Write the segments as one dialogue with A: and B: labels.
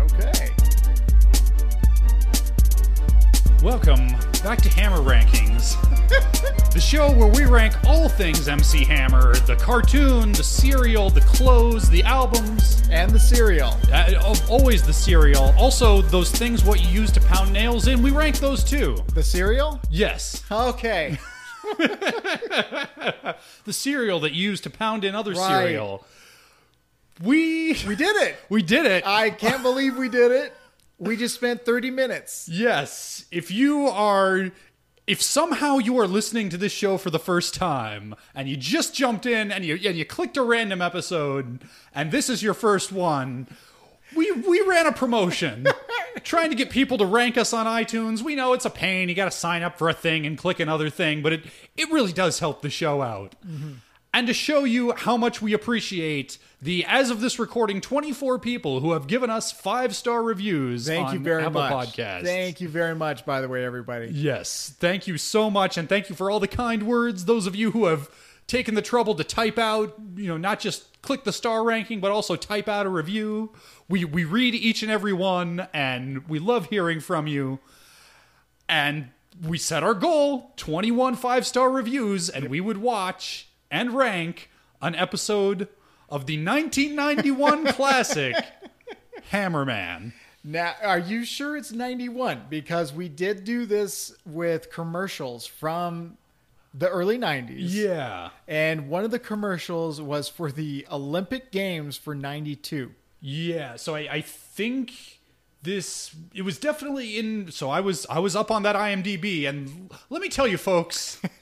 A: Okay.
B: Welcome back to Hammer Rankings, the show where we rank all things MC Hammer the cartoon, the serial, the clothes, the albums,
A: And the cereal.
B: uh, al- always the serial. Also, those things what you use to pound nails in, we rank those too.
A: The cereal?
B: Yes,
A: Okay.
B: the cereal that you use to pound in other
A: Right.
B: cereal. We
A: We did it.
B: we did it.
A: I can't believe we did it. We just spent 30 minutes.
B: Yes. If you are. If somehow you are listening to this show for the first time and you just jumped in and you, and you clicked a random episode and this is your first one, we, we ran a promotion trying to get people to rank us on iTunes. We know it's a pain. You got to sign up for a thing and click another thing, but it, it really does help the show out. And to show you how much we appreciate the, as of this recording, 24 people who have given us five star reviews
A: Thank
B: on
A: you very
B: Apple
A: much.
B: Podcasts.
A: Thank you very much, by the way, everybody.
B: Yes. Thank you so much. And thank you for all the kind words. Those of you who have taken the trouble to type out, you know, not just click the star ranking, but also type out a review. We, we read each and every one, and we love hearing from you. And we set our goal 21 five star reviews, and we would watch and rank an episode of the 1991 classic Hammerman.
A: Now, are you sure it's 91? Because we did do this with commercials from the early 90s.
B: Yeah.
A: And one of the commercials was for the Olympic Games for 92.
B: Yeah, so I, I think this it was definitely in so I was I was up on that IMDb and l- let me tell you folks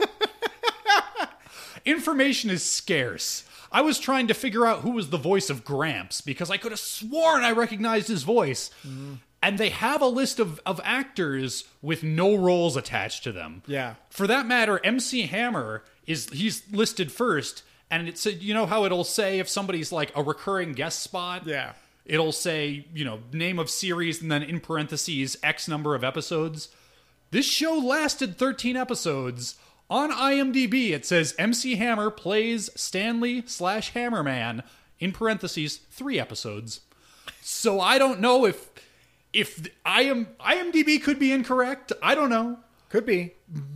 B: information is scarce. I was trying to figure out who was the voice of Gramps because I could have sworn I recognized his voice. And they have a list of, of actors with no roles attached to them.
A: Yeah.
B: For that matter, MC Hammer is he's listed first, and it's you know how it'll say if somebody's like a recurring guest spot.
A: Yeah.
B: It'll say, you know, name of series and then in parentheses X number of episodes. This show lasted 13 episodes. On IMDb, it says MC Hammer plays Stanley slash Hammerman in parentheses three episodes. So I don't know if if I am IMDb could be incorrect. I don't know.
A: Could be.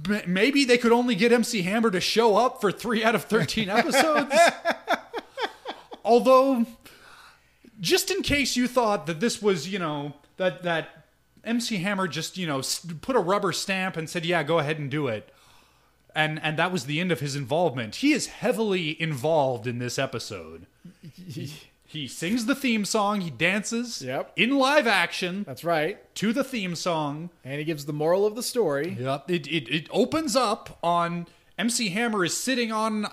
B: M- maybe they could only get MC Hammer to show up for three out of 13 episodes. Although, just in case you thought that this was, you know, that, that MC Hammer just, you know, s- put a rubber stamp and said, yeah, go ahead and do it. And, and that was the end of his involvement. He is heavily involved in this episode. He, he sings the theme song, he dances
A: Yep.
B: in live action
A: That's right.
B: to the theme song.
A: And he gives the moral of the story.
B: Yep. It, it it opens up on MC Hammer is sitting on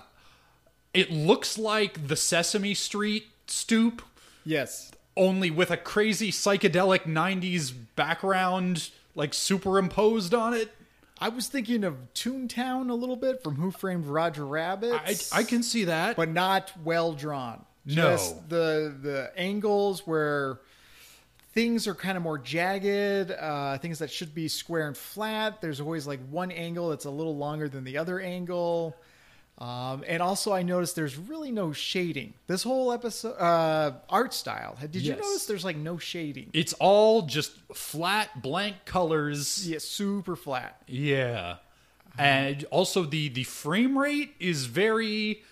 B: it looks like the Sesame Street stoop
A: Yes.
B: only with a crazy psychedelic 90s background like superimposed on it.
A: I was thinking of Toontown a little bit from Who Framed Roger Rabbit.
B: I I can see that.
A: but not well drawn.
B: No.
A: Just the the angles where things are kind of more jagged, uh, things that should be square and flat. There's always like one angle that's a little longer than the other angle. Um, and also, I noticed there's really no shading. This whole episode uh, art style. Did
B: Yes.
A: you notice there's like no shading?
B: it's all just flat blank colors.
A: Yeah, super flat.
B: Yeah. And also the the frame rate is very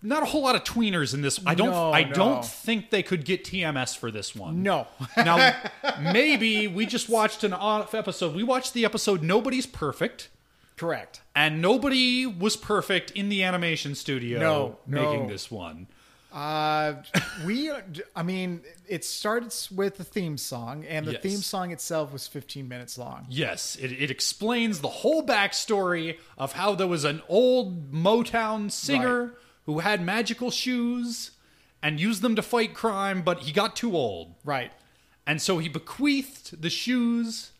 B: not a whole lot of tweeners in this. I don't
A: No,
B: I
A: no.
B: don't think they could get TMS for this one.
A: No,
B: now maybe we just watched an off episode. We watched the episode Nobody's Perfect
A: correct.
B: and nobody was perfect in the animation studio
A: No,
B: making
A: no.
B: this one.
A: Uh, we, I mean, it starts with the theme song, and the
B: Yes.
A: theme song itself was 15 minutes long.
B: Yes, it, it explains the whole backstory of how there was an old Motown singer who had magical shoes and used them to fight crime, but he got too old.
A: Right.
B: And so he bequeathed the shoes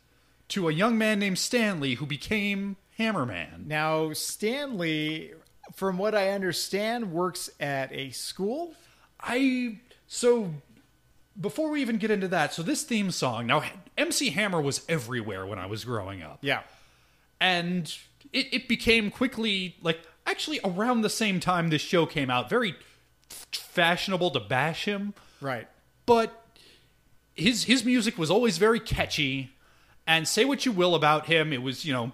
B: to a young man named Stanley who became Hammerman.
A: Now, Stanley, from what I understand, works at a school.
B: I so before we even get into that, so this theme song now MC Hammer was everywhere when I was growing up,
A: Yeah.
B: and it, it became quickly like actually around the same time this show came out, very f- fashionable to bash him,
A: Right.
B: but his his music was always very catchy, and say what you will about him, it was you know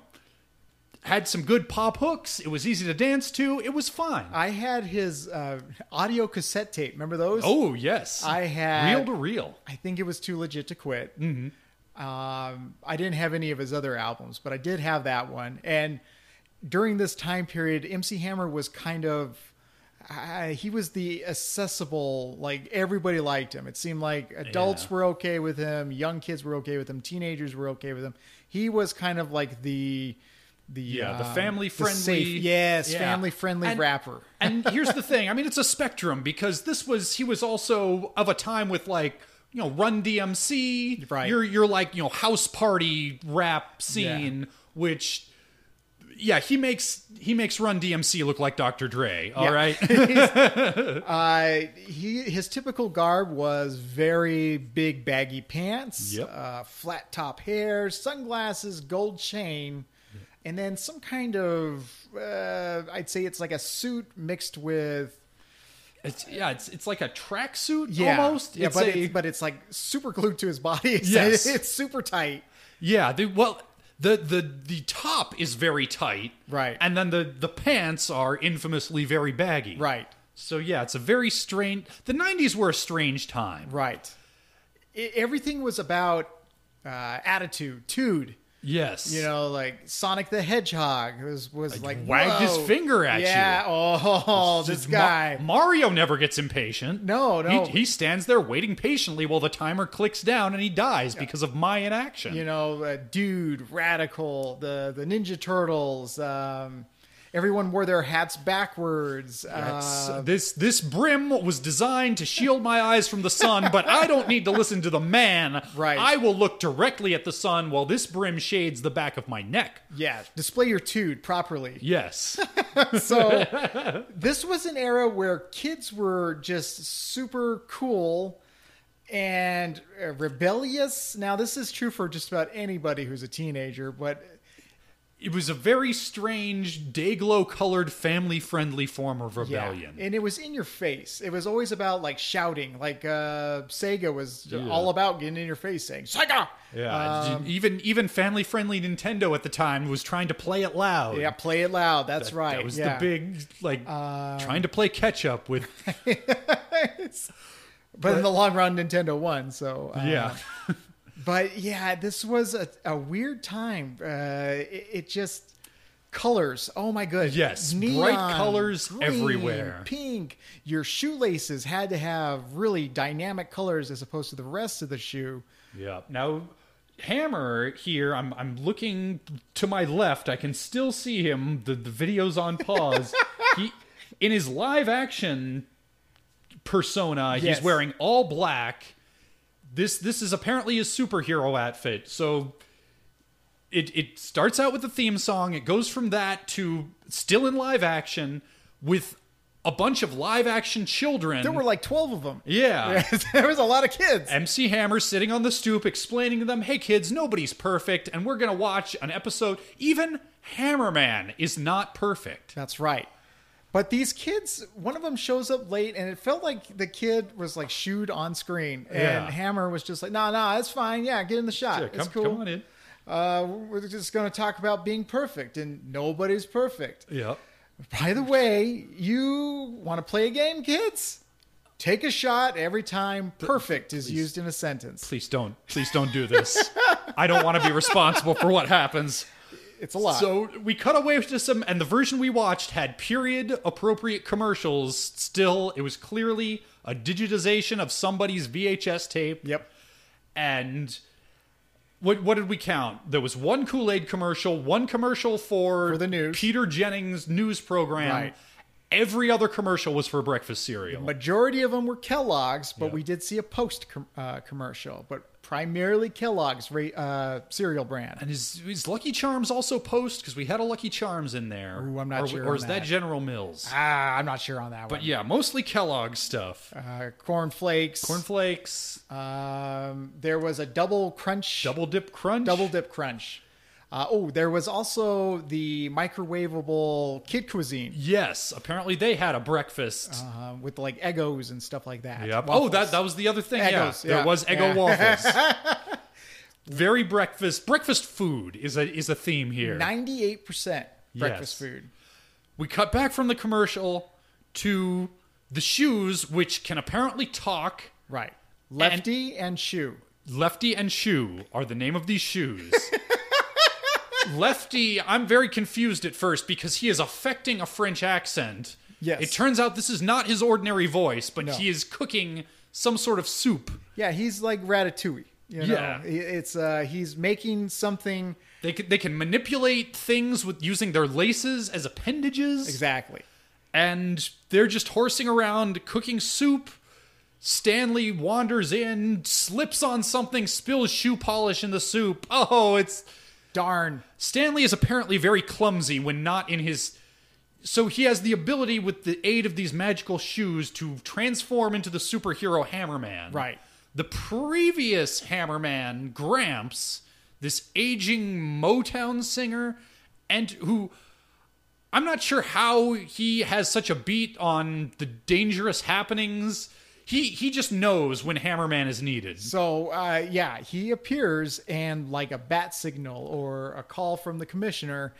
B: had some good pop hooks. It was easy to dance to. It was fine.
A: I had his uh, audio cassette tape. Remember those?
B: oh yes,
A: I had-
B: reel to reel.
A: I think it was too legit to quit.
B: Mm-hmm.
A: Um, I didn't have any of his other albums, but I did have that one. And during this time period, MC Hammer was kind of. Uh, he was the accessible, like everybody liked him. It seemed like adults
B: Yeah.
A: were okay with him, young kids were okay with him, teenagers were okay with him. He was kind of like the, the
B: Yeah, the
A: um,
B: family-friendly-
A: safe- yes,
B: Yeah.
A: family friendly
B: And-
A: rapper.
B: and here's the thing i mean it's a spectrum because this was he was also of a time with like you know run dmc
A: Right.
B: your your like you know house party rap scene which yeah he makes he makes run dmc look like dr dre all
A: Yeah.
B: right
A: Uh, he his typical garb was very big baggy pants,
B: Yep.
A: uh, flat top hair, sunglasses, gold chain, and then some kind of uh, I'd say it's like a suit mixed with
B: it's, yeah it's it's like a tracksuit
A: yeah,
B: almost
A: yeah,
B: it's
A: but
B: a-
A: it's, but it's like super glued to his body. It's,
B: Yes.
A: it's super tight.
B: Yeah, the, well, the the the top is very tight,
A: Right.
B: And then the the pants are infamously very baggy,
A: Right.
B: So yeah, it's a very strange. The '90s were a strange time.
A: Right. I everything was about uh, attitude, tude.
B: Yes,
A: You know, like Sonic the Hedgehog was was like,
B: wagged his
A: whoa.
B: finger at you.
A: Yeah. Oh, this
B: Just Ma-
A: guy.
B: Mario never gets impatient.
A: No, no.
B: He, he stands there waiting patiently while the timer clicks down and he dies because of my inaction.
A: you know, uh, dude, radical, the the Ninja Turtles. Um, everyone wore their hats backwards.
B: That's-
A: Uh,
B: this this brim was designed to shield my eyes from the sun, but I don't need to listen to the man.
A: Right.
B: I will look directly at the sun while this brim shades the back of my neck.
A: yeah, display your tude properly.
B: Yes.
A: So this was an era where kids were just super cool and uh, rebellious. Now this is true for just about anybody who's a teenager, but
B: it was a very strange dayglow colored family friendly form of rebellion.
A: And it was in your face. It was always about like shouting. Like uh Sega was
B: Yeah.
A: all about getting in your face saying Sega.
B: Yeah,
A: um,
B: even even family friendly Nintendo at the time was trying to play it loud.
A: Yeah, play it loud. That's right.
B: That was
A: yeah. Uh,
B: the big like trying to play catch up with
A: But in the long run, Nintendo won. So uh,
B: yeah.
A: But yeah, this was a, a weird time. Uh, it, it just colors. Oh my good.
B: Yes, bright colors everywhere.
A: Pink. Your shoelaces had to have really dynamic colors as opposed to the rest of the shoe.
B: Yeah. Now, Hammer here, I'm I'm looking to my left. I can still see him. The the video's on pause. he in his live action persona,
A: Yes.
B: he's wearing all black. This this is apparently his superhero outfit. So it it starts out with the theme song. It goes from that to still in live action with a bunch of live action children.
A: There were like twelve of them.
B: Mm. yeah.
A: there was a lot of kids.
B: MC Hammer sitting on the stoop explaining to them, hey kids, nobody's perfect, and we're going to watch an episode. Even Hammerman is not perfect.
A: That's right. But these kids, one of them shows up late, and it felt like the kid was like shooed on screen, and
B: Yeah.
A: Hammer was just like, "No, nah, no, nah, it's fine. Yeah, get in the shot.
B: Yeah,
A: it's
B: come,
A: cool.
B: come on in.
A: Uh, we're just going to talk about being perfect, and nobody's perfect.
B: Yeah.
A: By the way, you want to play a game, kids? Take a shot every time perfect is used in a sentence.
B: Please don't. Please don't do this. I don't want to be responsible for what happens.
A: It's a lot.
B: So we cut away to some, and the version we watched had period appropriate commercials. Still, it was clearly a digitization of somebody's VHS tape.
A: yep.
B: and what what did we count? There was one Kool Aid commercial, one commercial for,
A: For the news.
B: Peter Jennings news program.
A: Right.
B: Every other commercial was for breakfast cereal.
A: Majority of them were Kellogg's, but
B: Yeah.
A: we did see a Post com- uh, commercial, but primarily Kellogg's ra- uh, cereal brand.
B: and is, is Lucky Charms also post? Because we had a Lucky Charms in there.
A: Ooh, I'm not
B: or,
A: sure
B: Or
A: on
B: is that
A: that.
B: General Mills?
A: Ah, I'm not sure on that
B: But
A: one.
B: yeah, mostly Kellogg stuff.
A: Uh, cornflakes.
B: Cornflakes,
A: um, there was a double crunch,
B: double dip crunch.
A: double dip crunch. Uh, oh, there was also the microwavable kid cuisine
B: Yes, apparently they had a breakfast.
A: uh, with like Eggos and stuff like that.
B: yep. Oh,
A: Waffles.
B: that that was the other thing.
A: Eggos,
B: yeah, there
A: yeah.
B: was
A: Yeah.
B: Eggo waffles. Very breakfast. Breakfast food is a is a theme here.
A: 98% breakfast
B: Yes.
A: food.
B: We cut back from the commercial to the shoes, which can apparently talk.
A: Right. Lefty and, shoe.
B: Lefty and Shoe are the name of these shoes. Lefty, I'm very confused at first because he is affecting a French accent.
A: Yes.
B: It turns out this is not his ordinary voice, but
A: No.
B: he is cooking some sort of soup.
A: Yeah, he's like Ratatouille. You know?
B: Yeah.
A: He- It's uh, he's making something
B: They can, they can manipulate things with using their laces as appendages.
A: exactly.
B: and they're just horsing around cooking soup. Stanley wanders in, slips on something, spills shoe polish in the soup. Oh, it's
A: Darn.
B: Stanley is apparently very clumsy when not in his so he has the ability with the aid of these magical shoes to transform into the superhero Hammerman.
A: Right.
B: The previous Hammerman, Gramps, this aging Motown singer and who I'm not sure how he has such a beat on the dangerous happenings. He he just knows when Hammerman is needed.
A: So uh, yeah, he appears and like a bat signal or a call from the commissioner,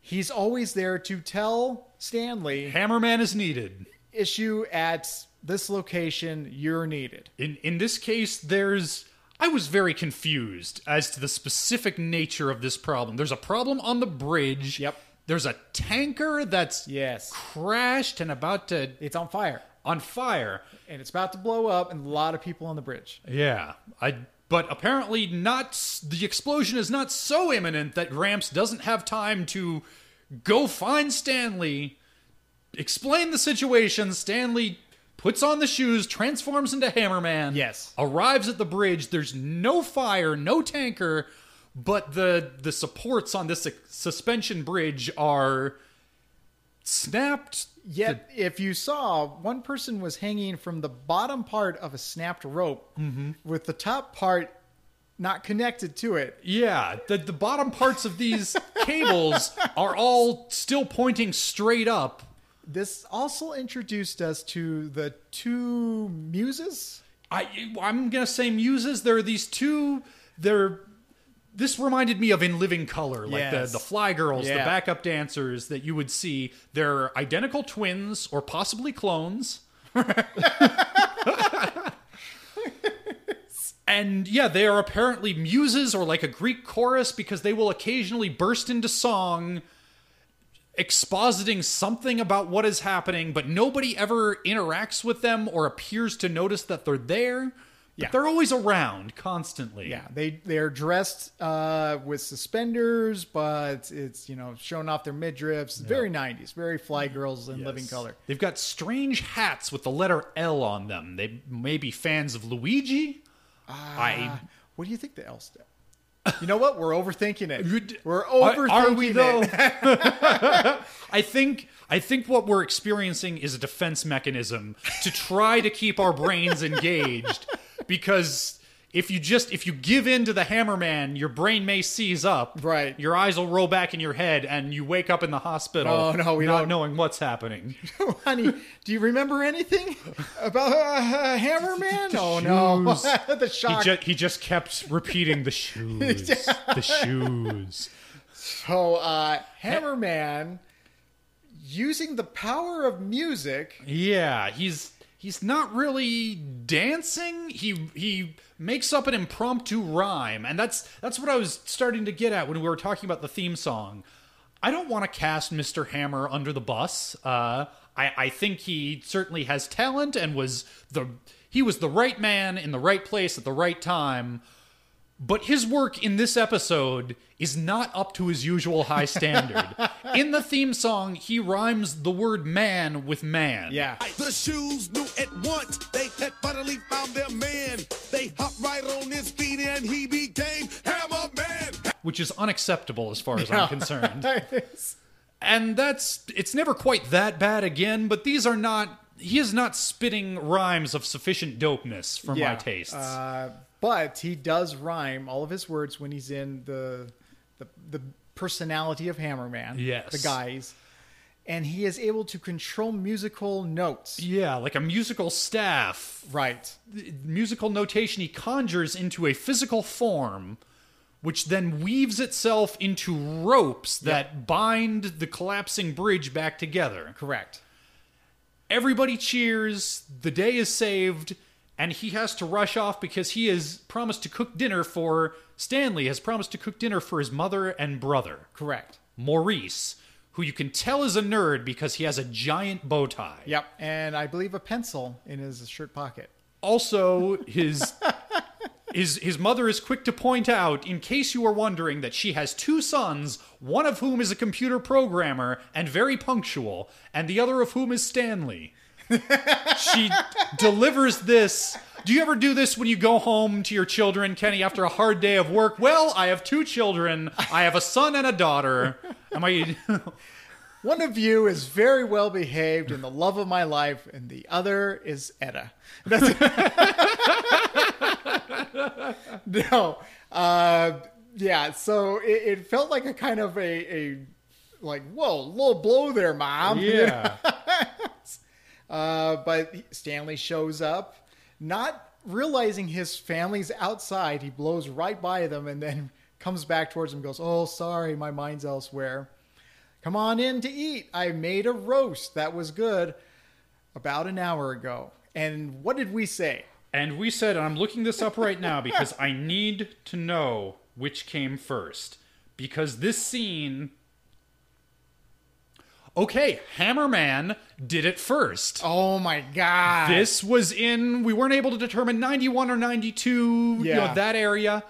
A: he's always there to tell Stanley
B: Hammerman is needed.
A: issue at this location you're needed.
B: In in this case, there's I was very confused as to the specific nature of this problem. There's a problem on the bridge.
A: Yep.
B: There's a tanker that's
A: Yes,
B: crashed and about to
A: it's on fire
B: on fire.
A: and it's about to blow up and a lot of people on the bridge.
B: Yeah. I but apparently not s- the explosion is not so imminent that Gramps doesn't have time to go find Stanley, explain the situation. Stanley puts on the shoes, transforms into Hammerman.
A: Yes.
B: Arrives at the bridge. There's no fire, no tanker, but the the supports on this suspension bridge are snapped.
A: Yet, if you saw, one person was hanging from the bottom part of a snapped rope
B: Mm-hmm.
A: with the top part not connected to it.
B: Yeah, the the bottom parts of these cables are all still pointing straight up.
A: This also introduced us to the two muses.
B: I I'm gonna say muses. There are these two. They're this reminded me of in living color, like
A: Yes.
B: the the fly girls, the
A: Yeah.
B: backup dancers that you would see. They're identical twins or possibly clones. And yeah, they are apparently muses or like a Greek chorus because they will occasionally burst into song expositing something about what is happening, but nobody ever interacts with them or appears to notice that they're there. But
A: Yeah.
B: they're always around constantly.
A: Yeah, they they're dressed uh, with suspenders, but it's you know showing off their midriffs. Very '90s, very fly
B: Mm-hmm.
A: girls in living color.
B: They've got strange hats with the letter L on them. They may be fans of Luigi.
A: Ah.
B: I
A: What do you think the L step? You know what? We're overthinking
B: You
A: it.
B: d-
A: We're
B: Are-
A: overthinking
B: Are we though?
A: it.
B: I think I think what we're experiencing is a defense mechanism to try to keep our brains engaged because if you just if you give in to the hammerman, your brain may seize up.
A: Right.
B: Your eyes will roll back in your head and you wake up in the hospital
A: Oh, no, we
B: not
A: don't.
B: knowing what's happening.
A: Honey, do you remember anything about uh, Hammerman? Oh no,
B: shoes.
A: the
B: He,
A: shock.
B: ju- he just kept repeating the shoes. the shoes.
A: so uh, Hammerman, using the power of music.
B: Yeah, he's he's not really dancing. He he makes up an impromptu rhyme, and that's that's what I was starting to get at when we were talking about the theme song. I don't want to cast Mr. Hammer under the bus. Uh, I I think he certainly has talent and was the he was the right man in the right place at the right time. But his work in this episode is not up to his usual high standard. in the theme song, he rhymes the word man with man.
A: Yeah,
C: The shoes knew at once they had finally found their man. They hopped right on his feet and he became Hammer Man.
B: which is unacceptable as far as I'm concerned.
A: Nice.
B: And that's it's never quite that bad again, but these are not he is not spitting rhymes of sufficient dopeness for my tastes.
A: Uh, but he does rhyme all of his words when he's in the the the the personality of Hammerman.
B: Yes.
A: the guys, and he is able to control musical notes.
B: Yeah, like a musical staff.
A: Right.
B: Musical notation he conjures into a physical form, which then weaves itself into ropes that bind the collapsing bridge back together.
A: Correct.
B: Everybody cheers, the day is saved, and he has to rush off because he has promised to cook dinner for Stanley, has promised to cook dinner for his mother and brother.
A: Correct.
B: Maurice, who you can tell is a nerd because he has a giant bow tie.
A: Yep. And I believe a pencil in his shirt pocket.
B: Also, his his his mother is quick to point out, in case you were wondering, that she has two sons, one of whom is a computer programmer and very punctual, and the other of whom is Stanley. she delivers this. Do you ever do this when you go home to your children, Kenny, after a hard day of work? Well, I have two children. I have a son and a daughter. Am I?
A: One of you is very well behaved and the love of my life, and the other is Etta. That's no, uh, yeah. So it, it felt like a kind of a, a like whoa, low blow there, mom.
B: Yeah.
A: Uh, but Stanley shows up, not realizing his family's outside. He blows right by them and then comes back towards them and goes, Oh, sorry, my mind's elsewhere. Come on in to eat. I made a roast that was good about an hour ago. And what did we say?
B: And we said, and I'm looking this up right now because I need to know which came first. Because this scene. Okay, Hammerman did it first.
A: Oh my God.
B: This was in, we weren't able to determine 91 or 92, you know,
A: Yeah.
B: that area.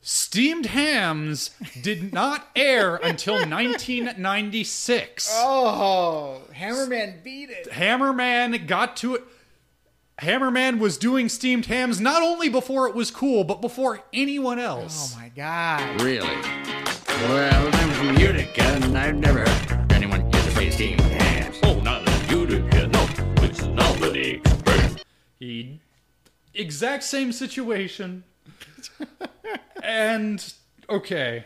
B: Steamed Hams did not air until 1996.
A: oh, Hammerman beat it. Oh
B: Hammerman got to it. Hammerman was doing steamed hams not only before it was cool, but before anyone
A: Oh
B: else.
A: my God.
D: Really? Well, I'm from Utica, and I've never heard anyone use a face team hands.
E: Oh, not a Utica, no. It's not an expert.
B: He exact same situation. and okay.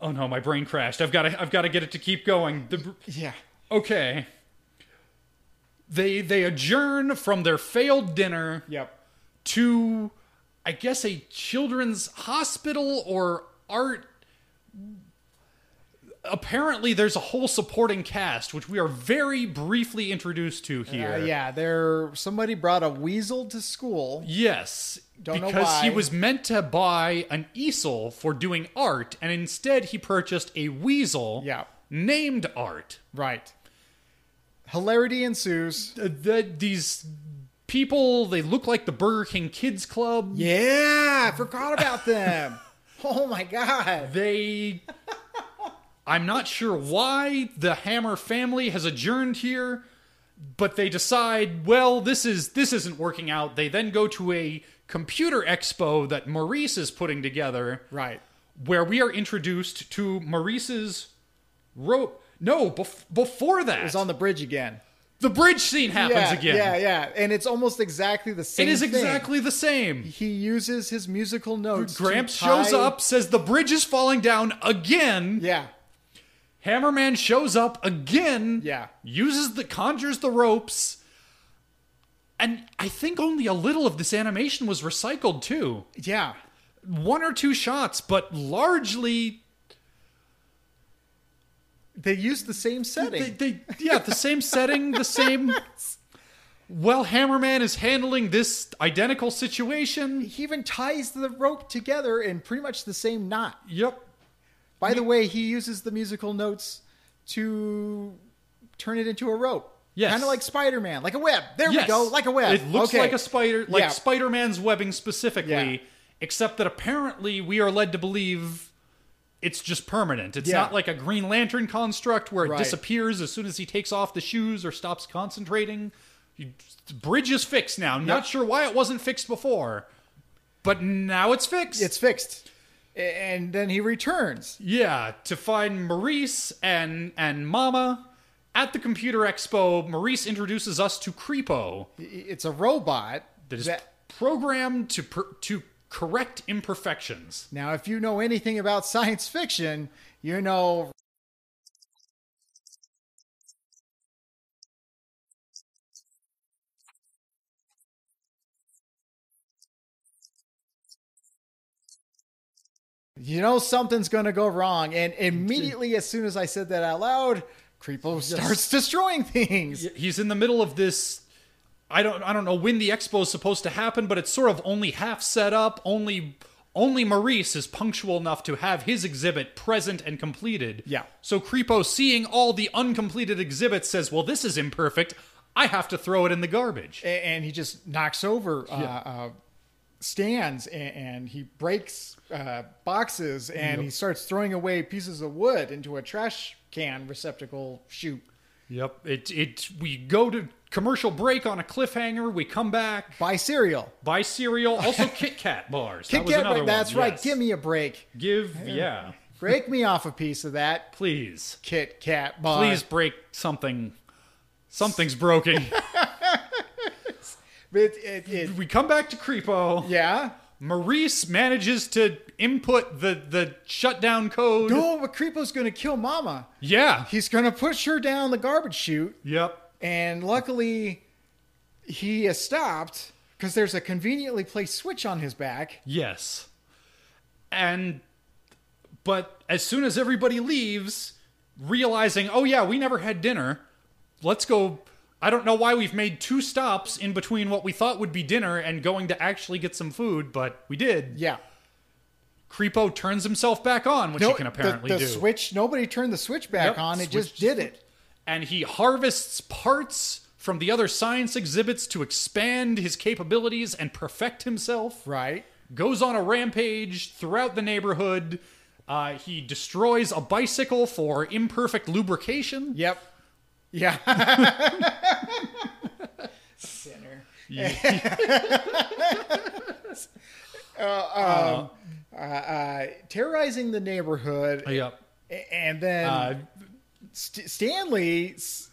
B: Oh no, my brain crashed. I've got to I've got to get it to keep going. The br-
A: Yeah.
B: okay. They they adjourn from their failed dinner.
A: Yep.
B: to I guess a children's hospital or art apparently there's a whole supporting cast which we are very briefly introduced to
A: Uh,
B: here.
A: yeah, there. Somebody brought a weasel to school.
B: Yes,
A: Don't know
B: because he
A: why.
B: was meant to buy an easel for doing art and instead he purchased a weasel
A: Yeah.
B: named Art.
A: Right. Hilarity ensues.
B: Uh, the, these people they look like the Burger King Kids Club.
A: Yeah, I forgot about them. oh my god.
B: They. I'm not sure why the Hammer family has adjourned here, but they decide, well, this is this isn't working out. They then go to a computer expo that Maurice is putting together,
A: Right.
B: where we are introduced to Maurice's rope. No, bef- before that,
A: It's on the bridge again.
B: the bridge scene happens
A: yeah,
B: again.
A: Yeah, yeah. And it's almost exactly the same
B: It is
A: thing.
B: exactly the same.
A: He uses his musical notes. to
B: Gramps
A: tie-
B: shows up, says the bridge is falling down again.
A: Yeah.
B: Hammerman shows up again.
A: Yeah.
B: Uses the conjures the ropes. And I think only a little of this animation was recycled too.
A: Yeah.
B: One or two shots, but largely
A: They use the same setting.
B: they, they yeah, the same setting, the same Well, Hammerman is handling this identical situation.
A: he even ties the rope together in pretty much the same knot.
B: Yep.
A: By the way, he uses the musical notes to turn it into a rope.
B: Yes.
A: Kind of like Spider Man, like a web. There
B: Yes.
A: we go, like a web.
B: It looks
A: Okay.
B: like a spider like
A: Yeah.
B: Spider Man's webbing specifically,
A: Yeah.
B: except that apparently we are led to believe it's just permanent. It's
A: Yeah.
B: not like a Green Lantern construct where it
A: Right.
B: disappears as soon as he takes off the shoes or stops concentrating. You, the bridge is fixed now. Not sure why it wasn't fixed before, but now it's fixed.
A: It's fixed. A- And then he returns.
B: Yeah, to find Maurice and and Mama at the computer expo. Maurice introduces us to Creepo.
A: It's a robot
B: that is
A: that-
B: programmed to per- to correct imperfections.
A: Now, if you know anything about science fiction, you know you know something's going to go wrong. And immediately, as soon as I said that out loud, Creepo starts destroying things.
B: He's in the middle of this. I don't. I don't know when the expo is supposed to happen, but it's sort of only half set up. Only, only Maurice is punctual enough to have his exhibit present and completed.
A: Yeah.
B: So Creepo, seeing all the uncompleted exhibits, says, "Well, this is imperfect. I have to throw it in the garbage."
A: A- and he just knocks over uh, uh, stands and, and he breaks uh, boxes and he starts throwing away pieces of wood into a trash can receptacle chute.
B: Yep. It. It. We go to commercial break on a cliffhanger. We come back.
A: Buy cereal.
B: Buy cereal. Also Kit Kat bars.
A: Kit
B: that was
A: Kat
B: another
A: break.
B: one.
A: That's right.
B: yes.
A: Give me a break.
B: Give. Yeah.
A: Break me off a piece of that
B: Please.
A: Kit Kat bar.
B: Please break something. Something's broken.
A: It, it, it,
B: we come back to Creepo.
A: yeah.
B: Maurice manages to input the the shutdown code.
A: No, but Creepo's going to kill Mama.
B: Yeah.
A: He's going to push her down the garbage chute.
B: Yep.
A: And luckily, he is stopped because there's a conveniently placed switch on his back.
B: Yes. And but as soon as everybody leaves, realizing, "Oh yeah, we never had dinner. Let's go I don't know why we've made two stops in between what we thought would be dinner and going to actually get some food, but we did.
A: Yeah.
B: Creepo turns himself back on, which he can
A: the-
B: apparently
A: the,
B: do.
A: switch. Nobody turned the switch back
B: Yep,
A: on. It
B: switch-
A: just did it.
B: and he harvests parts from the other science exhibits to expand his capabilities and perfect himself.
A: Right.
B: Goes on a rampage throughout the neighborhood. Uh, he destroys a bicycle for imperfect lubrication.
A: Yep. Yeah. Sinner. um,
B: Uh-huh.
A: Uh, um, uh, uh, terrorizing the neighborhood,
B: Yep.
A: A- and then
B: Uh,
A: St- Stanley. s-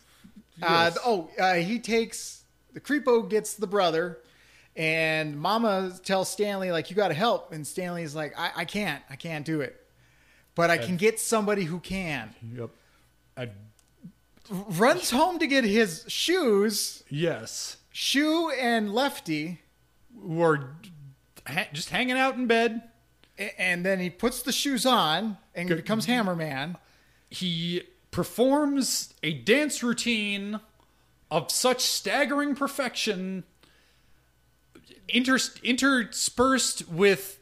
A: Uh,
B: Yes.
A: th- oh, uh, he takes the creepo gets the brother, and Mama tells Stanley like you got to help, and Stanley's like I, I can't, I can't do it, but I can get somebody who can.
B: yep. Uh,
A: Runs home to get his shoes,
B: yes.
A: shoe and lefty,
B: We're ha- just hanging out in bed.
A: a- and then he puts the shoes on and becomes Hammer Man.
B: he performs a dance routine of such staggering perfection inter- interspersed with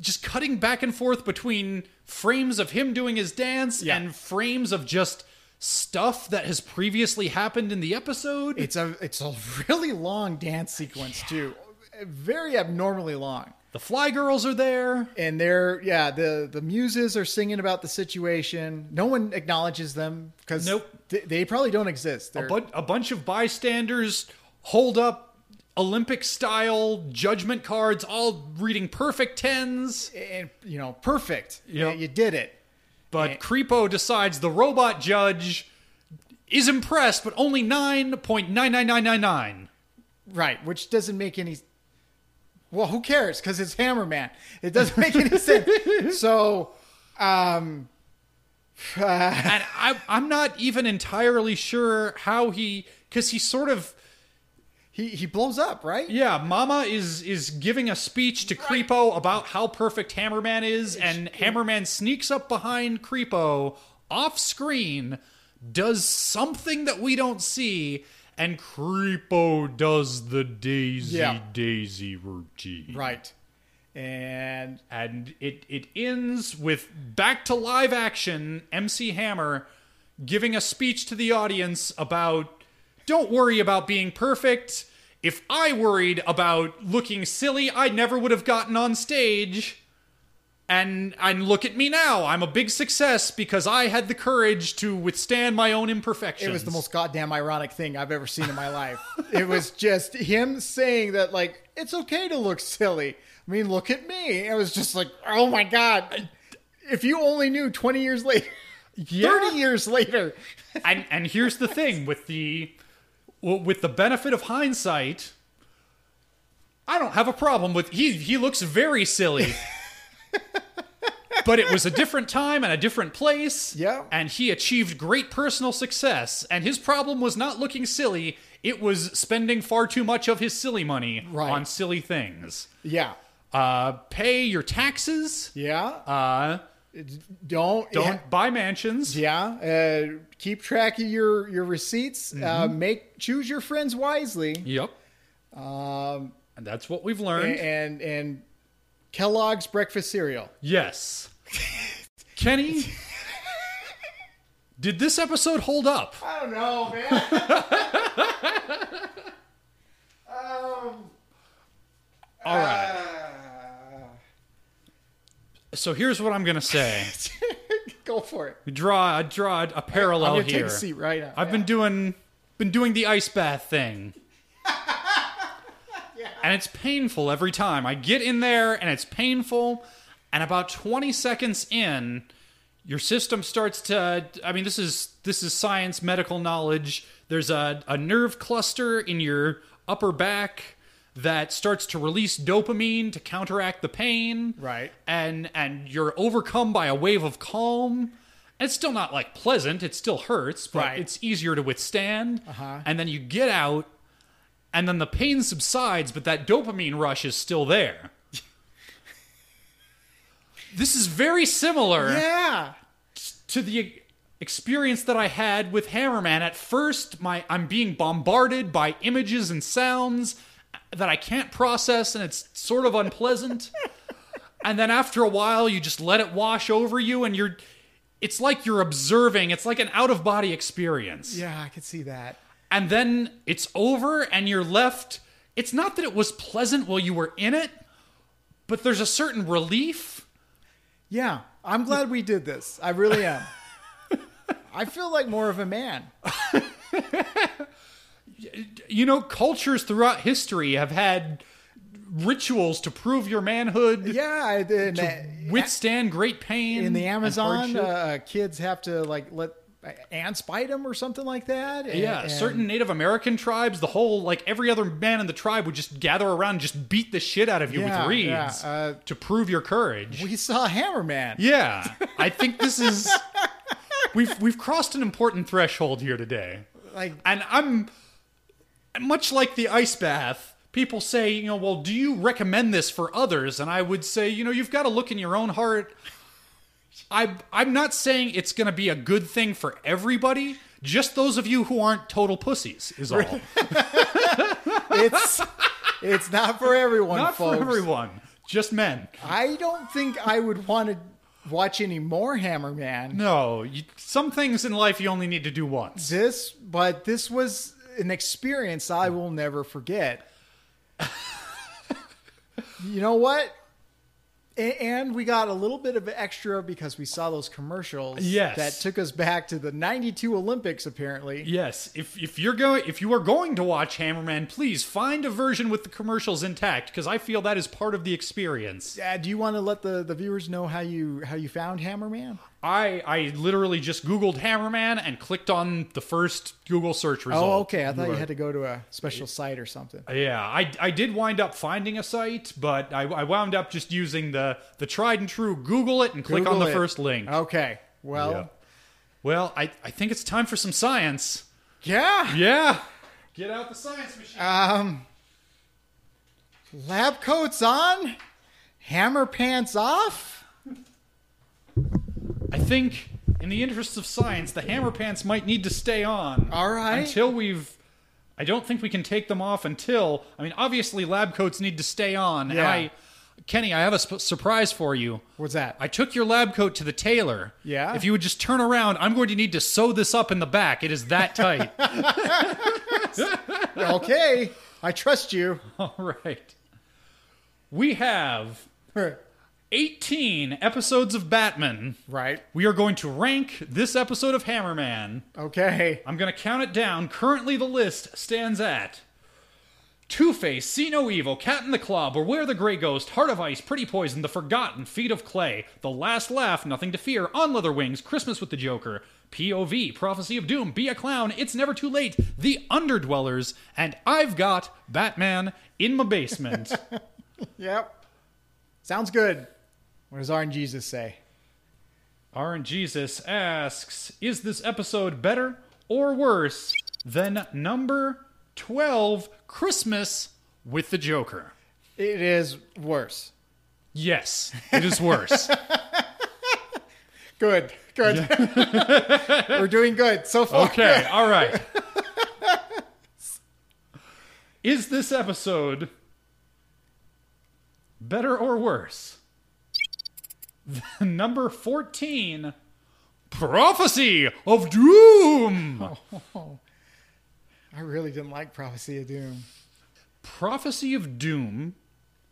B: just cutting back and forth between frames of him doing his dance
A: Yeah.
B: and frames of just stuff that has previously happened in the episode
A: It's a it's a really long dance sequence too, very abnormally long.
B: the fly girls are there
A: and they're yeah the the muses are singing about the situation no one acknowledges them because
B: Nope.
A: they, probably don't exist They're-
B: but a bunch of bystanders hold up olympic style judgment cards all reading perfect tens
A: and you know perfect
B: Yep.
A: you did it
B: But Creepo decides the robot judge is impressed, but only 9.99999.
A: right which doesn't make any well who cares because it's hammer man it doesn't make any sense so um
B: And I, I'm not even entirely sure how he, because he sort of,
A: he he blows up right
B: yeah, Mama is is giving a speech to Creepo about how perfect Hammerman is, and Hammerman sneaks up behind Creepo off screen, does something that we don't see, and Creepo does the Daisy
A: Yeah.
B: Daisy routine.
A: right and
B: and it it ends with back to live action MC Hammer giving a speech to the audience about don't worry about being perfect. If I worried about looking silly, I never would have gotten on stage. And and look at me now. I'm a big success because I had the courage to withstand my own imperfections.
A: It was the most goddamn ironic thing I've ever seen in my life. it was just him saying that, like, it's okay to look silly. I mean, look at me. It was just like, oh my god. If you only knew 20 years later,
B: Yeah.
A: 30 years later.
B: and and here's the thing with the well, with the benefit of hindsight I don't have a problem with he he looks very silly. but it was a different time and a different place.
A: Yeah.
B: And he achieved great personal success and his problem was not looking silly, it was spending far too much of his silly money
A: Right.
B: on silly things.
A: Yeah.
B: Uh pay your taxes.
A: Yeah.
B: Uh
A: don't
B: don't buy mansions.
A: Yeah. Uh, keep track of your your receipts. Uh,
B: Mm-hmm.
A: make choose your friends wisely.
B: Yep.
A: Um,
B: And that's what we've learned.
A: and and Kellogg's breakfast cereal.
B: Yes. Kenny, did this episode hold up?
A: I don't know, man.
B: All right. So here's what I'm going to say.
A: Go for it.
B: Draw draw a parallel
A: I'm gonna
B: here.
A: take a seat right now.
B: I've been doing been doing the ice bath thing. And it's painful every time. I get in there and it's painful. And about 20 seconds in, your system starts to I mean this is this is science medical knowledge. There's a, a nerve cluster in your upper back that starts to release dopamine to counteract the pain.
A: Right.
B: And and you're overcome by a wave of calm. And It's still not like pleasant, it still hurts, but
A: Right.
B: it's easier to withstand. Uh-huh. And then you get out and then the pain subsides, but that dopamine rush is still there. this is very similar
A: yeah.
B: to the experience that I had with Hammerman. At first, my I'm being bombarded by images and sounds that I can't process, and it's sort of unpleasant. and then after a while, you just let it wash over you, and you're. It's like you're observing. It's like an out of body experience
A: Yeah, I could see that.
B: and then it's over and you're left it's not that it was pleasant while you were in it but there's a certain relief
A: Yeah, I'm glad we did this. I really am. I feel like more of a man.
B: you know cultures throughout history have had rituals to prove your manhood
A: Yeah, I- and, uh,
B: withstand great pain
A: in the
B: Mm, and
A: Amazon,
B: hardship.
A: uh, kids have to like let ants bite them or something like that. and-
B: yeah,
A: and-
B: certain Native American tribes, the whole like every other man in the tribe would just gather around and just beat the shit out of you
A: Yeah,
B: with reeds
A: yeah, uh,
B: to prove your courage.
A: We saw Hammerman.
B: Yeah, I think this is we've we've crossed an important threshold here today,
A: Like,
B: and I'm much like the ice bath. People say, you know, well, do you recommend this for others? And I would say, you know, you've got to look in your own heart. I I'm not saying it's going to be a good thing for everybody. Just those of you who aren't total pussies is all.
A: it's it's not for everyone,
B: Not
A: folks.
B: for everyone, just men.
A: I don't think I would want to watch any more Hammerman.
B: No, you, some things in life you only need to do once.
A: This, but this was an experience I will never forget. you know what? A- And we got a little bit of extra because we saw those commercials
B: Yes.
A: that took us back to the 92 Olympics, apparently.
B: Yes, if if you're going if you are going to watch Hammerman, please find a version with the commercials intact because I feel that is part of the experience.
A: Uh, do you want to let the, the viewers know how you how you found Hammerman?
B: I I literally just googled Hammerman and clicked on the first Google search result.
A: Oh, okay. I thought you had to go to a special site or something.
B: Yeah, I, I did wind up finding a site, but I, I wound up just using the the tried and true Google it and click on
A: Google
B: the
A: it. Oh.
B: first link.
A: Okay. Well,
B: Yeah. Well, I, I think it's time for some science.
A: yeah.
B: Yeah. Get out the science machine.
A: Um, lab coats on, hammer pants off.
B: I think, in the interests of science, the hammer pants might need to stay on.
A: All right.
B: Until we've. I don't think we can take them off until. I mean, obviously, lab coats need to stay on. And
A: Yeah.
B: I, Kenny, I have a sp- surprise for you.
A: What's that?
B: I took your lab coat to the tailor.
A: Yeah?
B: If you would just turn around, I'm going to need to sew this up in the back. It is that tight.
A: okay, I trust you.
B: All right. We have 18 episodes of Batman.
A: right.
B: We are going to rank this episode of Hammerman.
A: Okay.
B: I'm going to count it down. Currently, the list stands at Two Face, See No Evil, Cat in the Claw, Beware the Grey Ghost, Heart of Ice, Pretty Poison, The Forgotten, Feet of Clay, The Last Laugh, Nothing to Fear, On Leather Wings, Christmas with the Joker, POV, Prophecy of Doom, Be a Clown, It's Never Too Late, The Underdwellers, and I've got Batman in my basement.
A: Yep. Sounds good. What does R and Jesus say?
B: R and Jesus asks, is this episode better or worse than number 12, Christmas with the Joker?
A: It is worse.
B: Yes, it is worse.
A: Good. Good. We're doing good so far.
B: okay, all right. Is this episode better or worse than number 14, Prophecy of Doom?
A: I really didn't like Prophecy of Doom.
B: Prophecy of Doom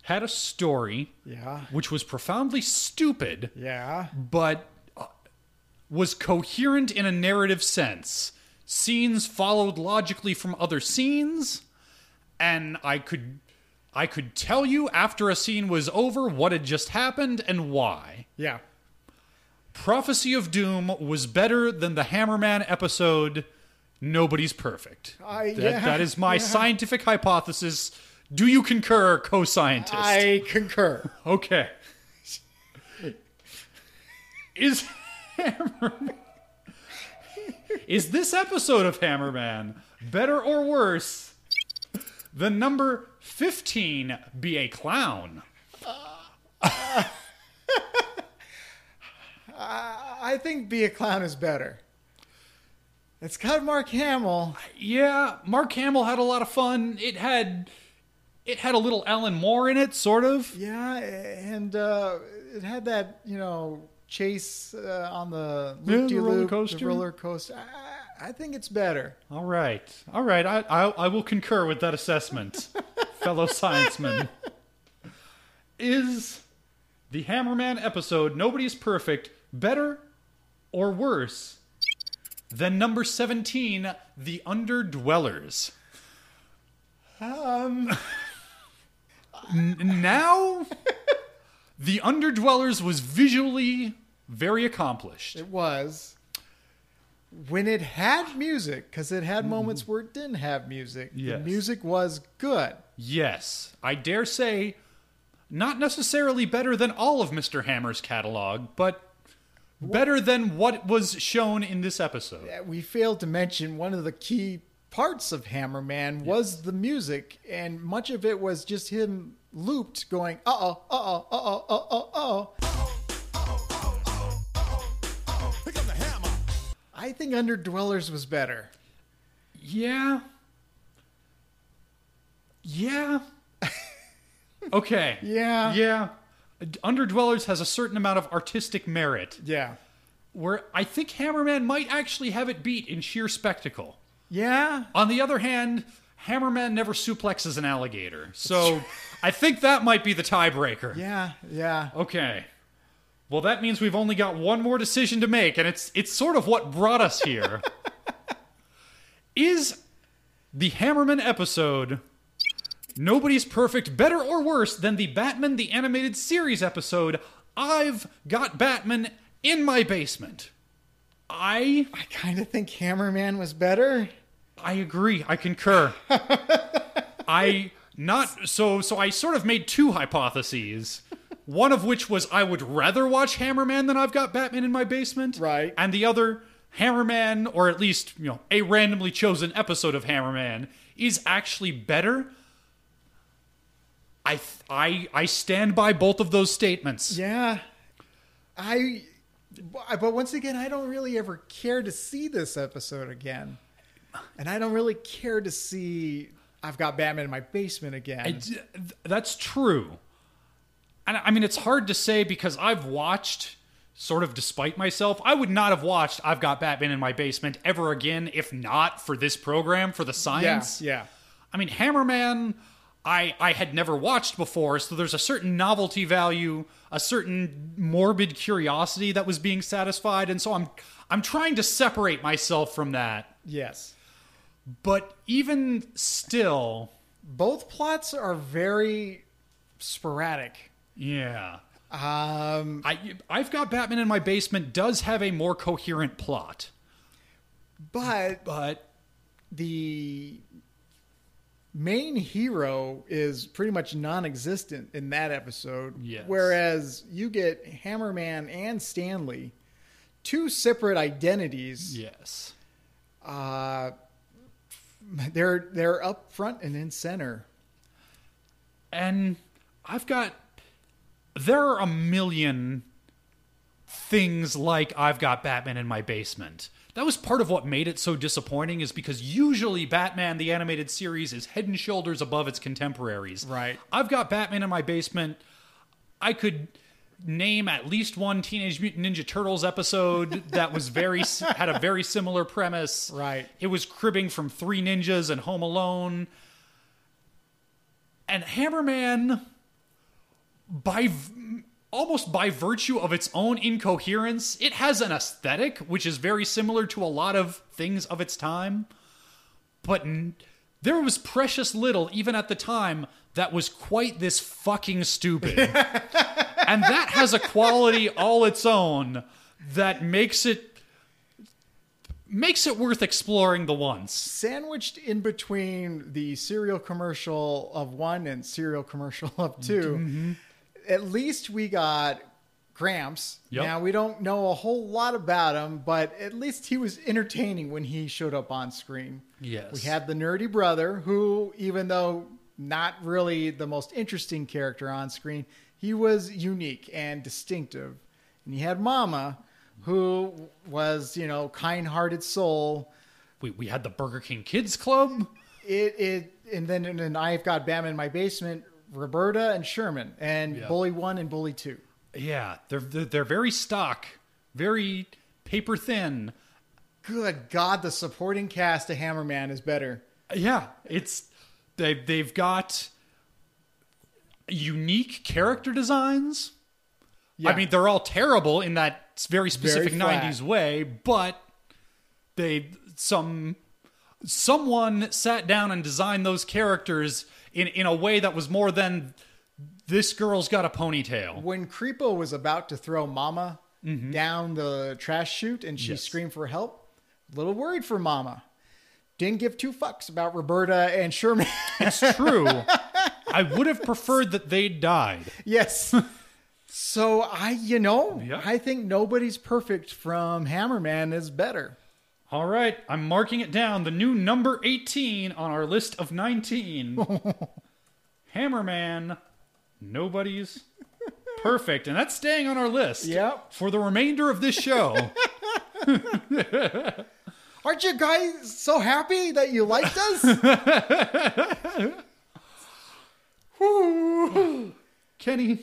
B: had a story
A: Yeah.
B: which was profoundly stupid,
A: Yeah.
B: but uh, was coherent in a narrative sense. Scenes followed logically from other scenes, and I could I could tell you after a scene was over what had just happened and why.
A: Yeah.
B: Prophecy of Doom was better than the Hammerman episode Nobody's Perfect.
A: I-
B: that,
A: yeah,
B: that is my
A: yeah.
B: scientific hypothesis. Do you concur, co-scientist?
A: I concur.
B: Okay. Is Hammerman Is this episode of Hammerman better or worse than number 15 Be a Clown?
A: I think Be a Clown is better. It's got Mark Hamill.
B: Yeah, Mark Hamill had a lot of fun. It had it had a little Alan Moore in it, sort of.
A: Yeah, and uh, it had that you know chase uh, on the
B: Yeah,
A: loop
B: the
A: de
B: roller
A: loop
B: coaster.
A: roller coaster. I, I- I think it's better.
B: All right, all right. I I, I will concur with that assessment, fellow scienceman. Is the Hammerman episode "Nobody's Perfect" better or worse than number seventeen, "The Underdwellers"? Um, now, the Underdwellers was visually very accomplished.
A: It was when it had music because it had moments where it didn't have music.
B: Mm-hmm. Yes.
A: The music was good.
B: Yes, I dare say, not necessarily better than all of Mr. Hammer's catalog, but better than what was shown in this episode.
A: We failed to mention one of the key parts of Hammerman was the music, and much of it was just him looped going uh oh uh oh uh oh uh oh uh oh.
C: Pick up the hammer.
A: I think Underdwellers was better.
B: Yeah. Yeah. okay.
A: Yeah.
B: Yeah. Underdwellers has a certain amount of artistic merit,
A: Yeah.
B: where I think Hammerman might actually have it beat in sheer spectacle.
A: Yeah.
B: On the other hand, Hammerman never suplexes an alligator, so I think that might be the tiebreaker.
A: Yeah, yeah.
B: Okay. Well, that means we've only got one more decision to make, and it's it's sort of what brought us here. Is the Hammerman episode Nobody's Perfect better or worse than the Batman the Animated Series episode I've Got Batman in My Basement? I
A: I kind of think Hammerman was better.
B: I agree. I concur. I not so so I sort of made two hypotheses. One of which was I would rather watch Hammerman than I've got Batman in my basement.
A: Right.
B: And the other Hammerman or at least, you know, a randomly chosen episode of Hammerman is actually better. I th- I I stand by both of those statements.
A: Yeah. I but once again, I don't really ever care to see this episode again. And I don't really care to see I've got Batman in my basement again.
B: I d- th- that's true. And I I mean, it's hard to say because I've watched, sort of despite myself, I would not have watched I've Got Batman in My Basement ever again if not for this program, for the
A: yeah,
B: science.
A: yeah.
B: I mean, Hammerman, I, I had never watched before, so there's a certain novelty value, a certain morbid curiosity that was being satisfied. And so I'm, I'm trying to separate myself from that
A: Yes.
B: but even still
A: both plots are very sporadic.
B: Yeah. Um, I I've got Batman in my basement does have a more coherent plot,
A: But
B: but
A: the main hero is pretty much non-existent in that episode
B: Yes.
A: whereas you get hammerman and stanley two separate identities Uh,
B: yes,
A: they're they're up front and in center
B: and I've got there are a million things like I've got Batman in my basement. That was part of what made it so disappointing is because usually Batman the animated series is head and shoulders above its contemporaries.
A: Right.
B: I've got Batman in my basement. I could name at least one Teenage Mutant Ninja Turtles episode that was very had a very similar premise.
A: Right.
B: It was cribbing from Three Ninjas and Home Alone. And Hammerman by v- almost by virtue of its own incoherence, it has an aesthetic which is very similar to a lot of things of its time. But n- there was precious little, even at the time, that was quite this fucking stupid. and that has a quality all its own that makes it makes it worth exploring the once.
A: sandwiched in between the cereal commercial of one and cereal commercial of 2
B: Mm-hmm.
A: at least we got Gramps.
B: Yep.
A: Now we don't know a whole lot about him, but at least he was entertaining when he showed up on screen.
B: Yes.
A: We had the nerdy brother who, even though not really the most interesting character on screen, he was unique and distinctive. And you had Mama, who was, you know, kind hearted soul
B: we, we had the Burger King Kids Club.
A: it it and then and then I've got Batman in my basement, Roberta and Sherman, and
B: Yeah.
A: Bully One and Bully Two.
B: Yeah, they're they're, they're very stock, very paper thin.
A: Good God, the supporting cast of Hammerman is better.
B: Yeah, it's they they've got unique character designs.
A: Yeah.
B: I mean, they're all terrible in that very specific
A: flat.
B: '90s way, but they some someone sat down and designed those characters in in a way that was more than this girl's got a ponytail.
A: when Creepo was about to throw Mama down the trash chute and she
B: Mm-hmm. Yes.
A: screamed for help, a little worried for Mama. Didn't give two fucks about Roberta and Sherman.
B: It's true. I would have preferred that they died.
A: yes. so I, you know,
B: Yeah.
A: I think nobody's perfect from Hammerman is better.
B: All right, I'm marking it down. The new number 18 on our list of 19. Hammerman, nobody's perfect. And that's staying on our list
A: Yep.
B: for the remainder of this show.
A: Aren't you guys so happy that you liked us?
B: Kenny,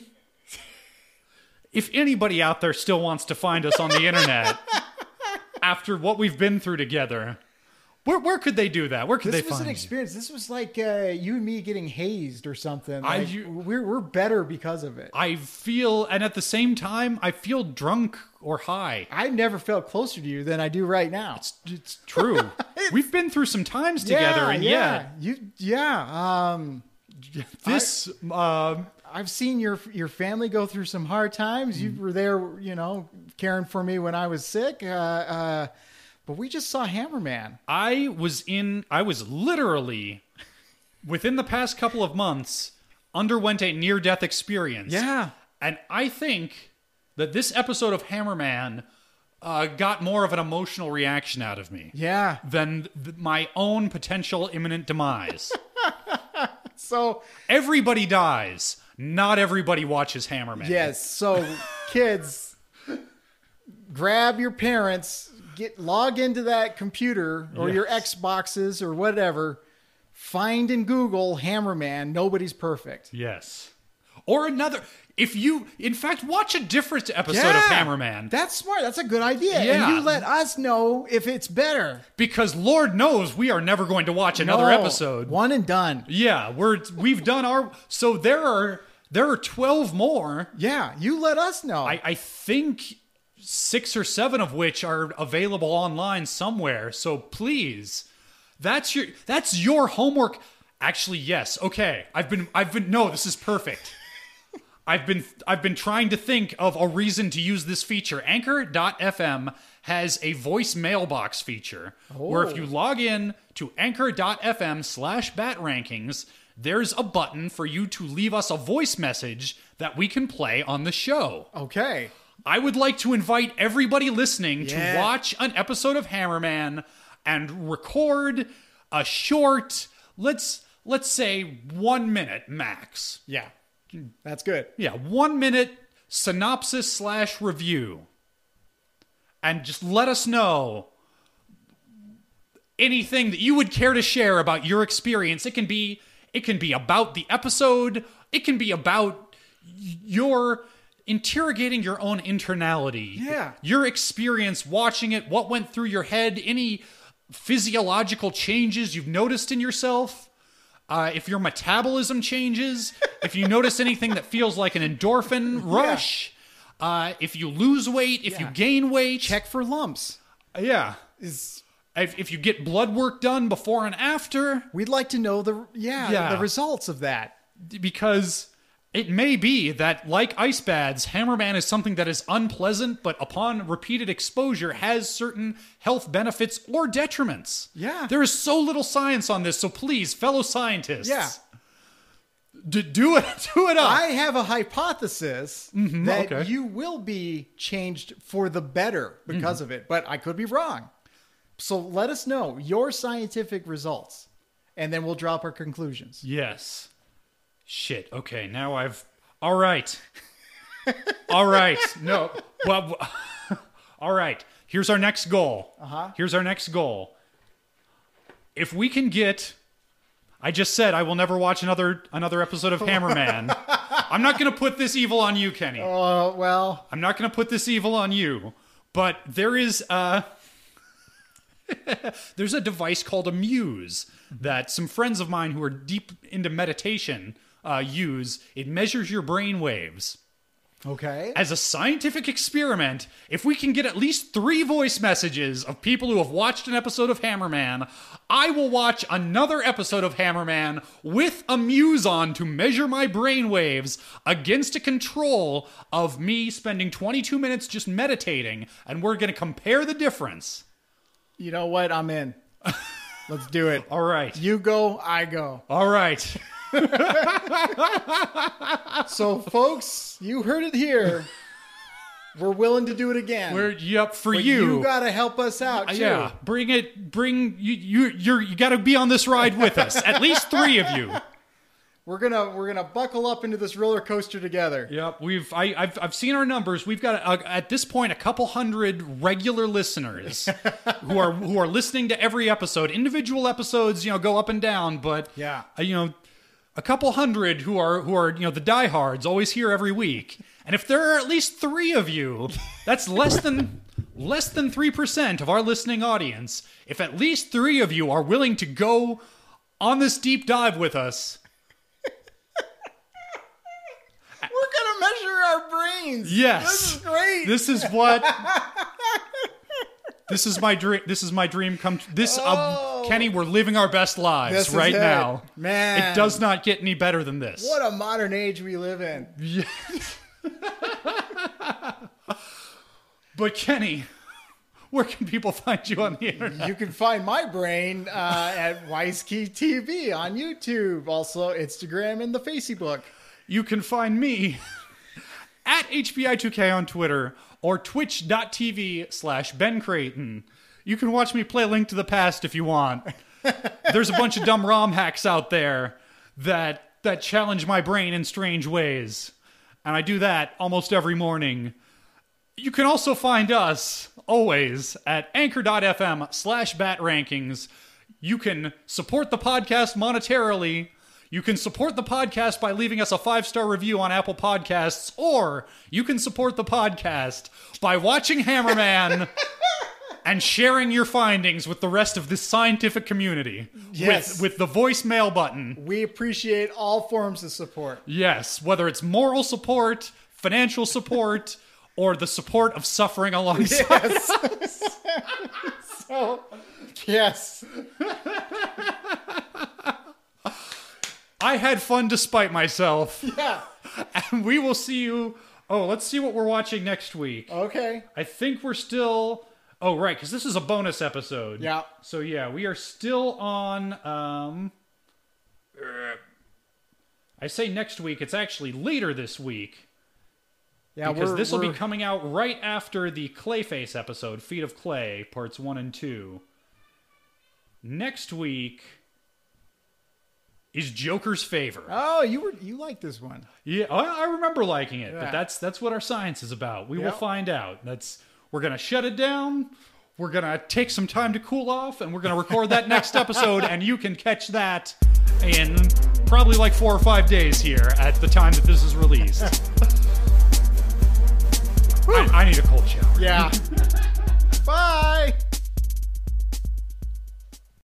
B: if anybody out there still wants to find us on the internet after what we've been through together, where, where could they do that? Where could
A: this
B: they
A: was
B: find
A: an
B: you?
A: experience. This was like uh, you and me getting hazed or something.
B: I-
A: Like,
B: you-
A: we're we're better because of it. I,
B: I feel, and at the same time, I feel drunk or high.
A: never felt closer to you than I do right now.
B: It's true. We've been through some times together, and yeah,
A: you yeah. Um,
B: this um,
A: I've seen your your family go through some hard times.
B: Mm.
A: You were there, you know, caring for me when I was sick. Uh, uh, but we just saw Hammerman.
B: I was in. I was literally within the past couple of months underwent a near death experience.
A: Yeah.
B: and I think that this episode of Hammerman uh, got more of an emotional reaction out of me
A: Yeah.
B: than th- my own potential imminent demise.
A: So
B: everybody dies. Not everybody watches Hammerman.
A: Yes. So, kids, grab your parents, get log into that computer or your Xboxes or whatever. Find and Google Hammerman. Nobody's perfect.
B: Yes. Or another. If you, in fact, watch a different episode of Hammerman,
A: That's smart. That's a good idea.
B: Yeah.
A: And you let us know if it's better.
B: because Lord knows we are never going to watch another
A: No,
B: episode.
A: One and done.
B: Yeah, we're we've done our. So there are there are twelve more.
A: Yeah. You let us know.
B: I, I think six or seven of which are available online somewhere. So please, that's your that's your homework. Actually, yes. Okay. I've been I've been no, this is perfect. I've been I've been trying to think of a reason to use this feature. Anchor.fm has a voice mailbox feature where if you log in to anchor.fm slash bat rankings, there's a button for you to leave us a voice message that we can play on the show.
A: Okay.
B: I would like to invite everybody listening to
A: Yeah.
B: watch an episode of Hammerman and record a short, let's let's say 1 minute max.
A: Yeah. That's good.
B: Yeah, 1 minute synopsis slash review. And just let us know anything that you would care to share about your experience. It can be it can be about the episode, it can be about your interrogating your own internality.
A: Yeah.
B: Your experience watching it, what went through your head, any physiological changes you've noticed in yourself. Uh, if your metabolism changes, if you notice anything that feels like an endorphin rush, uh, if you lose weight, if you
A: Yeah.
B: gain weight,
A: Check for lumps.
B: yeah,
A: Is
B: if, if you get blood work done before and after,
A: we'd like to know the yeah,
B: Yeah.
A: the results of that.
B: because it may be that, like ice baths, Hammerman is something that is unpleasant, but upon repeated exposure has certain health benefits or detriments.
A: Yeah.
B: There is so little science on this, so please, fellow scientists.
A: Yeah.
B: d- do it, do it up.
A: I have a hypothesis that
B: Mm-hmm. okay.
A: you will be changed for the better because
B: Mm-hmm.
A: of it, but I could be wrong. So let us know your scientific results, and then we'll drop our conclusions.
B: Yes. Shit. Okay. Now I've. All right. All right. No. Well. w- All right. Here's our next goal. Uh huh. Here's our next goal. If we can get, I just said I will never watch another another episode of Hammerman. I'm not gonna put this evil on you, Kenny.
A: Uh, well,
B: I'm not going to put this evil on you, but there is uh there's a device called a muse that some friends of mine who are deep into meditation uh, use. It measures your brain waves.
A: okay.
B: As a scientific experiment, if we can get at least three voice messages of people who have watched an episode of Hammerman, I will watch another episode of Hammerman with a muse on to measure my brain waves against a control of me spending 22 minutes just meditating, and we're going to compare the difference.
A: You know what? I'm in. Let's do it.
B: All right.
A: You go, I go.
B: All right.
A: So, folks, you heard it here. We're willing to do it again.
B: We're, yep, for
A: But
B: you.
A: got to help us out, too.
B: yeah, bring it. Bring you. You. You're. You got to be on this ride with us. At least three of you.
A: We're gonna we're gonna buckle up into this roller coaster together.
B: Yep, we've I, I've I've seen our numbers. We've got uh, at this point a couple hundred regular listeners who are who are listening to every episode. Individual episodes, you know, go up and down, but
A: Yeah.
B: uh, you know, a couple hundred who are who are you know the diehards always here every week. And if there are at least three of you, that's less than less than three percent of our listening audience. If at least three of you are willing to go on this deep dive with us,
A: We're gonna measure our brains.
B: yes,
A: This is great.
B: This is what. this is my dream. This is my dream come. Tr- this, uh, Kenny, we're living our best lives
A: Oh. This is
B: right
A: it.
B: now.
A: Man.
B: it does not get any better than this.
A: what a modern age we live in.
B: But Kenny, where can people find you on the internet?
A: You can find my brain uh, at Wisekey TV on YouTube, also Instagram and the Facebook.
B: You can find me at HBI2K on Twitter or twitch.tv slash Ben Creighton. You can watch me play Link to the Past if you want. There's a bunch of dumb ROM hacks out there that that challenge my brain in strange ways. And I do that almost every morning. You can also find us always at anchor.fm slash bat rankings. You can support the podcast monetarily. You can support the podcast by leaving us a five star review on Apple Podcasts, or you can support the podcast by watching Hammerman and sharing your findings with the rest of this scientific community
A: Yes.
B: with, with the voicemail button.
A: We appreciate all forms of support.
B: Yes, whether it's moral support, financial support, or the support of suffering alongside.
A: Yes.
B: I had fun despite myself.
A: Yeah.
B: And we will see you. Oh, let's see what we're watching next week.
A: Okay.
B: I think we're still. Oh, right, because this is a bonus episode.
A: Yeah.
B: So yeah, we are still on. Um, er, I say next week. It's actually later this week
A: Yeah.
B: because
A: we're-
B: this will be
A: we're-
B: coming out right after the Clayface episode, Feet of Clay, parts one and two. Next week is Joker's favor.
A: Oh, you were you like this one?
B: Yeah, I, I remember liking it,
A: Yeah.
B: but that's that's what our science is about. We will
A: Yep.
B: find out. That's we're gonna shut it down. We're gonna take some time to cool off, and we're gonna record that next episode. And you can catch that in probably like four or five days here at the time that this is released. I, I need a cold shower.
A: Yeah. Bye.